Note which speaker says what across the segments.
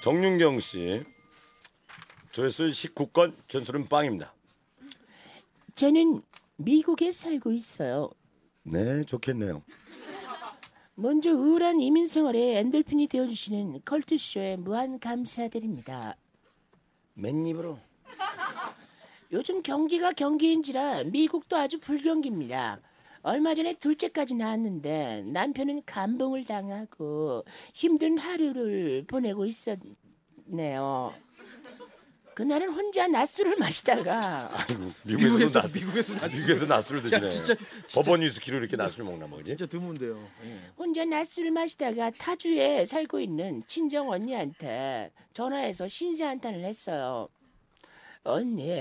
Speaker 1: 정윤경 씨. 조회수 19건, 전술은 빵입니다.
Speaker 2: 저는 미국에 살고 있어요.
Speaker 1: 네, 좋겠네요.
Speaker 2: 먼저 우울한 이민생활에 엔돌핀이 되어주시는 컬투쇼에 무한 감사드립니다.
Speaker 1: 맨입으로.
Speaker 2: 요즘 경기가 경기인지라 미국도 아주 불경기입니다. 얼마 전에 둘째까지 낳았는데 남편은 감봉을 당하고 힘든 하루를 보내고 있었네요. 그날은 혼자 낮술을 마시다가
Speaker 1: 아이고, 미국에서
Speaker 3: 미국에서- 미국에서 낮술.
Speaker 1: 미국에서 낮술을 드시네.
Speaker 3: 야, 진짜-
Speaker 1: 버번 위스키로 이렇게 낮술 먹나 뭐, 보지.
Speaker 3: 진짜 드문데요. 예.
Speaker 2: 혼자 낮술을 마시다가 타주에 살고 있는 친정 언니한테 전화해서 신세 한탄을 했어요. 언니,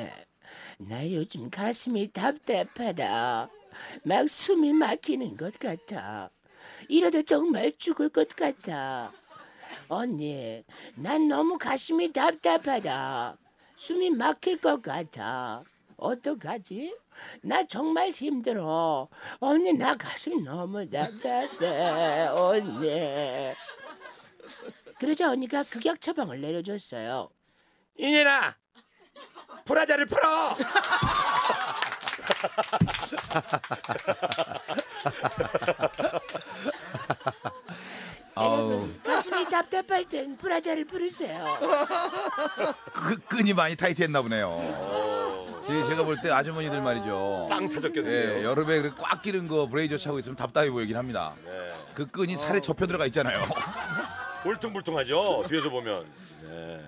Speaker 2: 나 요즘 가슴이 답답하다. 막 숨이 막히는 것 같아. 이러다 정말 죽을 것 같아. 언니, 난 너무 가슴이 답답하다. 숨이 막힐 것 같아. 어떡하지? 나 정말 힘들어. 언니, 나 가슴 너무 답답해. 언니. 그러자 언니가 극약 처방을 내려줬어요.
Speaker 1: 인연아, 브라자를 풀어.
Speaker 2: 여러분 가슴이 답답할 땐 브라자를 부르세요.
Speaker 4: 그, 끈이 많이 타이트했나 보네요. 제- 제가 볼 때 아주머니들 말이죠.
Speaker 1: 빵 터졌겠네요.
Speaker 4: 예, 여름에 그렇게 꽉 끼는 거 브레이저 차고 있으면 답답해 보이긴 합니다.
Speaker 1: 네.
Speaker 4: 그 끈이 살에 접혀 들어가 있잖아요.
Speaker 1: 울퉁불퉁하죠. 뒤에서 보면. 네.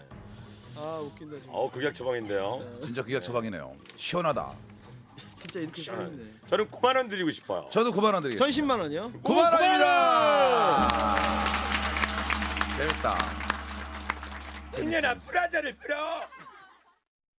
Speaker 3: 아 웃긴다 지금.
Speaker 1: 어, 극약 처방인데요.
Speaker 4: 진짜 기각 처방이네요. 시원하다.
Speaker 3: 진짜 이렇게 시원했네.
Speaker 1: 저는 9만 원 드리고 싶어요.
Speaker 4: 저도 9만 원 드리겠습니다.
Speaker 3: 전 10만 원이요?
Speaker 4: 9만 원입니다. 재밌다.
Speaker 1: 인연아, 브라자를 풀어.